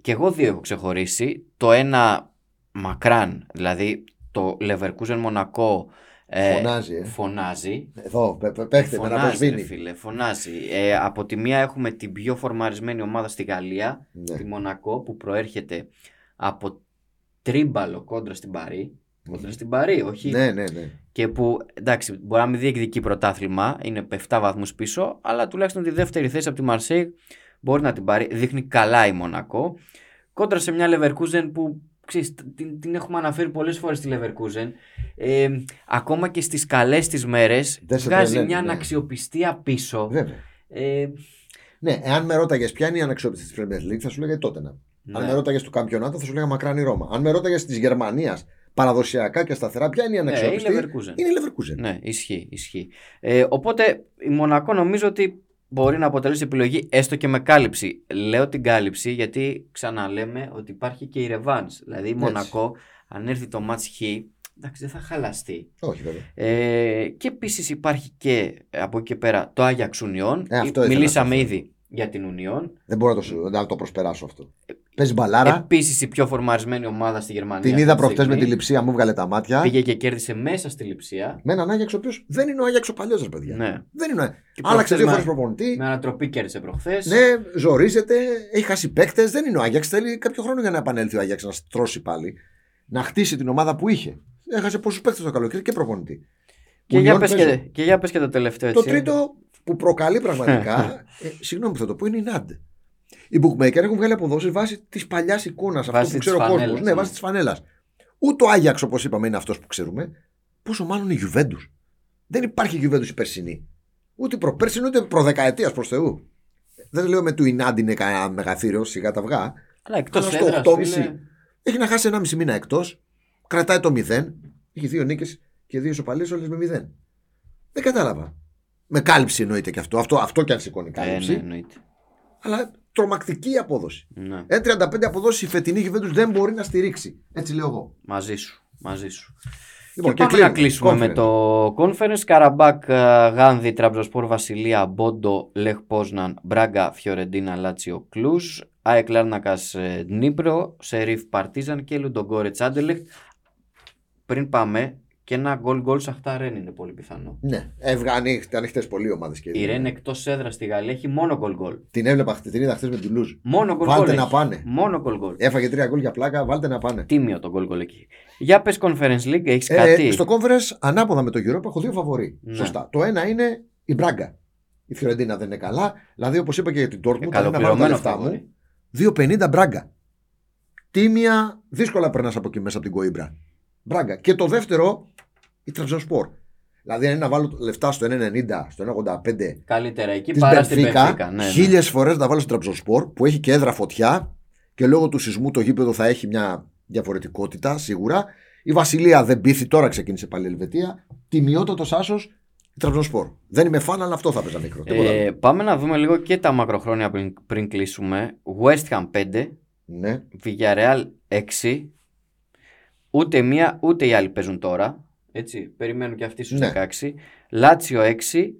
S1: και εγώ δύο έχω ξεχωρίσει. Το ένα μακράν, δηλαδή το Leverkusen Μονακό. ε,
S2: Φωνάζει, ε.
S1: Φωνάζει.
S2: Εδώ, πε- πε- παίχτε με να
S1: Φωνάζει, ρε
S2: προσβήνει.
S1: φίλε, φωνάζει. Ε, από τη μία έχουμε την πιο φορμαρισμένη ομάδα στη Γαλλία,
S2: Ναι,
S1: τη Μονακό, που προέρχεται από τρίμπαλο κόντρα στην Παρή. Κόντρα στην Παρή, όχι
S2: ναι, ναι. ναι.
S1: και που εντάξει μπορεί να μην διεκδικεί πρωτάθλημα, είναι 7 βαθμούς πίσω, αλλά τουλάχιστον τη δεύτερη θέση από τη Μαρσέη μπορεί να την πάρει, δείχνει καλά η Μονακό. Κόντρα σε μια Leverkusen που ξέρεις, την, την έχουμε αναφέρει πολλές φορές τη Leverkusen, ε, ακόμα και στις καλές της μέρες
S2: Δεν σε
S1: βγάζει
S2: τρελαίνει,
S1: μια
S2: ναι.
S1: αναξιοπιστία πίσω.
S2: Βέβαια.
S1: Ε,
S2: Ναι, εάν με ρώταγες ποια είναι η αναξιόπιστη της Premier League, θα σου λέγα τότε να. Αν
S1: Ναι.
S2: με ρώταγες του Καμπιονάτο, θα σου λέγα μακράν η Ρώμα. Αν με ρώταγες της Γερμανίας, παραδοσιακά και σταθερά, ποια είναι η
S1: Ναι, η
S2: αναξιόπιστη.
S1: Leverkusen.
S2: είναι η Leverkusen.
S1: Ναι, ισχύει, ισχύει. Ε, οπότε η Μονακό νομίζω ότι μπορεί να αποτελέσει επιλογή έστω και με κάλυψη. Λέω την κάλυψη γιατί ξαναλέμε ότι υπάρχει και η revenge. Δηλαδή η
S2: Έτσι.
S1: Μονακό, αν έρθει το match Χ, εντάξει, δεν θα χαλαστεί.
S2: Όχι, βέβαια.
S1: Ε, και επίσης υπάρχει και ε, από εκεί και πέρα το Άγιαξ Ουνιόν.
S2: Ε, αυτό ήθελα να
S1: Μιλήσαμε ήδη για την Ουνιόν.
S2: Δεν μπορώ να το, σου- να το προσπεράσω αυτό.
S1: Ε,
S2: Παίζει μπαλάρα.
S1: Επίσης η πιο φορμαρισμένη ομάδα στη Γερμανία.
S2: Την
S1: αυτή
S2: είδα
S1: τη
S2: προχτές με
S1: στιγμή.
S2: τη λειψία, μου βγάλε τα μάτια.
S1: Πήγε και κέρδισε μέσα στη Λιψία.
S2: Με έναν Άγιαξ ο οποίος δεν είναι ο Άγιαξ ο παλιός, ρε παιδιά.
S1: Ναι.
S2: Δεν είναι. ο Άγιαξ.
S1: Και ναι.
S2: Άλλαξε
S1: προχθές
S2: δύο
S1: με-
S2: φορές προπονητή.
S1: Με ανατροπή κέρδισε προχθές.
S2: Ναι, ζορίζεται, έχει χάσει παίκτες. Δεν είναι ο Άγιαξ. Θέλει κάποιο χρόνο για να επανέλθει ο Άγιαξ να στρώσει πάλι. Να χτίσει την ομάδα που είχε. Έχασε πόσους παίκτες το καλοκαίρι και προπονητή.
S1: Και για,
S2: Union
S1: πες
S2: παίζω.
S1: και, και για πες και το τελευταίο
S2: Το
S1: έτσι. ε.
S2: τρίτο που προκαλεί πραγματικά. ε, συγγνώμη που θα το πω, είναι η Ναντ. Οι bookmaker έχουν βγάλει αποδόσεις βάσει της παλιάς εικόνας, αυτό
S1: Βάσει
S2: που
S1: της
S2: ξέρει ο κόσμος.
S1: φανέλας,
S2: Ναι,
S1: ναι.
S2: βάσει της φανέλας. Ούτε ο Άγιαξ, όπως είπαμε, είναι αυτός που ξέρουμε. Πόσο μάλλον η Γιουβέντους. Δεν υπάρχει Γιουβέντους η περσινή. Ούτε προπέρσινη, ούτε προδεκαετίας προς Θεού. Δεν λέω με του Ινάντ είναι κανένα μεγαθύριο, σιγά τα αυγά.
S1: Αλλά εκτός
S2: Αλλά στο
S1: έδρας,
S2: 8,5.
S1: φίλε,
S2: Έχει να χάσει 1,5 μήνα εκτός. Κρατάει το 0. Έχει δύο νίκες και δύο ισοπαλίες, όλες με 0. Δεν κατάλαβα. Με κάλυψη εννοείται και αυτό. Αυτό, αυτό και αν σηκώνει
S1: Ε,
S2: κάλυψη.
S1: ναι, εννοείται.
S2: Αλλά τρομακτική απόδοση. Ε,
S1: Ναι,
S2: 1,35 απόδοση η φετινή Γιουβέντους δεν μπορεί να στηρίξει. Έτσι λέω εγώ.
S1: μαζί σου. Μαζί σου.
S2: Λοιπόν,
S1: και πάμε
S2: κλείνουμε.
S1: να κλείσουμε
S2: Conference.
S1: με το conference. Καραμπάκ, ε, Γάνδη, Τραμπζοσπορ, Βασιλεία, Μπόντο, Λεχ Πόσναν, Μπράγκα, Φιωρεντίνα, Λάτσιο, Κλούζ, ΑΕΚ Λάρνακας, Νίπρο, Σερίφ, Παρτίζαν και Λουντογκόρετ, Άντελεχτ. Πριν πάμε, και ένα γκολ γκολ Σαχτά Ρεν είναι πολύ πιθανό.
S2: Ναι, Έβγα- ανοιχ- ανοιχτέ πολύ ομάδες και οι
S1: Η
S2: δύο.
S1: Ρεν εκτός έδρας στη Γαλλία έχει μόνο γκολ γκολ.
S2: Την έβλεπα χτες, την είδα χθε με την Λουζ.
S1: Μόνο γκολ γκολ.
S2: Βάλτε να
S1: έχει.
S2: πάνε.
S1: Μόνο γκολ γκολ.
S2: Έφαγε τρία γκολ για πλάκα, βάλτε να πάνε.
S1: Τίμιο το γκολ γκολ εκεί. Για πες Conference League, έχεις
S2: Ε,
S1: κάτι.
S2: στο conference, ανάποδα με το Europa, έχω δύο φαβορή.
S1: Ναι.
S2: Σωστά. Το ένα είναι η Μπράγκα. Η Φιωρεντίνα δεν είναι καλά. Δηλαδή, όπως είπα και για την
S1: Ε,
S2: Dortmund, θα πρέπει να βάλω τα
S1: καλοπληρωμένο ε.
S2: λεφτά
S1: φαβορί.
S2: μου. ε. 2,50 Μπράγκα. Τίμια, δύσκολα περνάς από εκεί μέσα από την Κοίμπρα. Μπράγκα. Και το δεύτερο, η Τραμπζονσπορ. Δηλαδή, αν είναι να βάλω λεφτά στο 1,90, στο 1,85
S1: Καλύτερα εκεί
S2: της
S1: παρά στην
S2: Μπενφίκα,
S1: Πενφίκα. Ναι, ναι.
S2: χίλιες φορές να βάλω στην Τραμπζονσπορ που έχει και έδρα φωτιά και λόγω του σεισμού το γήπεδο θα έχει μια διαφορετικότητα σίγουρα. Η Βασιλεία δεν πήθη, τώρα ξεκίνησε πάλι η Ελβετία. Τιμιότατος άσος η Τραμπζονσπορ. Δεν είμαι φαν, αλλά αυτό θα παίζα μικρό. τίποτα άλλο.
S1: Ε, πάμε να δούμε λίγο και τα μακροχρόνια πριν, πριν κλείσουμε. West Ham 5,
S2: Ναι.
S1: Villarreal 6. Ούτε μία ούτε οι άλλοι παίζουν τώρα. Έτσι, περιμένουν και αυτοί στους
S2: Ναι.
S1: 16. Λάτσιο 6,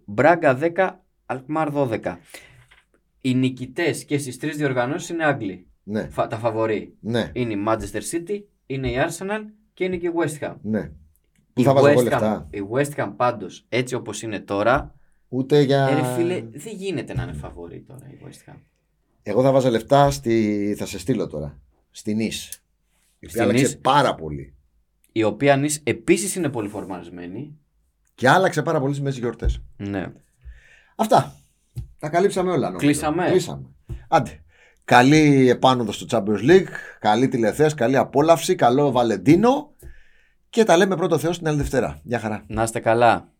S1: Μπράγκα 10, Αλκμάρ 12. Οι νικητές και στις τρεις διοργανώσεις είναι Άγγλοι.
S2: Ναι.
S1: Φα- Τα φαβορεί
S2: Ναι.
S1: είναι η Manchester City, είναι η Arsenal και είναι και η West Ham.
S2: ναι. Πού
S1: Η
S2: θα βάζω εγώ
S1: West, Ham,
S2: λεφτά.
S1: η West Ham πάντως έτσι όπως είναι τώρα
S2: Ούτε για.
S1: ε, ρε φίλε δεν γίνεται να είναι φαβορή τώρα η West Ham
S2: Εγώ θα βάζα λεφτά στη. Θα σε στείλω τώρα. Στην Ισ. Η οποία
S1: Στην
S2: άλλαξε
S1: Nice.
S2: πάρα πολύ.
S1: η οποία νης επίσης είναι πολύ φορμαρισμένη
S2: Και άλλαξε πάρα πολύ στι μέση γιορτές.
S1: ναι.
S2: Αυτά. Τα καλύψαμε όλα. Νομίζω.
S1: Κλείσαμε.
S2: Κλείσαμε. Άντε. Καλή επάνωδο στο Champions League. Καλή τηλεθέαση. Καλή απόλαυση. Καλό Βαλεντίνο. Και τα λέμε πρώτο Θεός την άλλη Δευτέρα. Γεια χαρά.
S1: να είστε καλά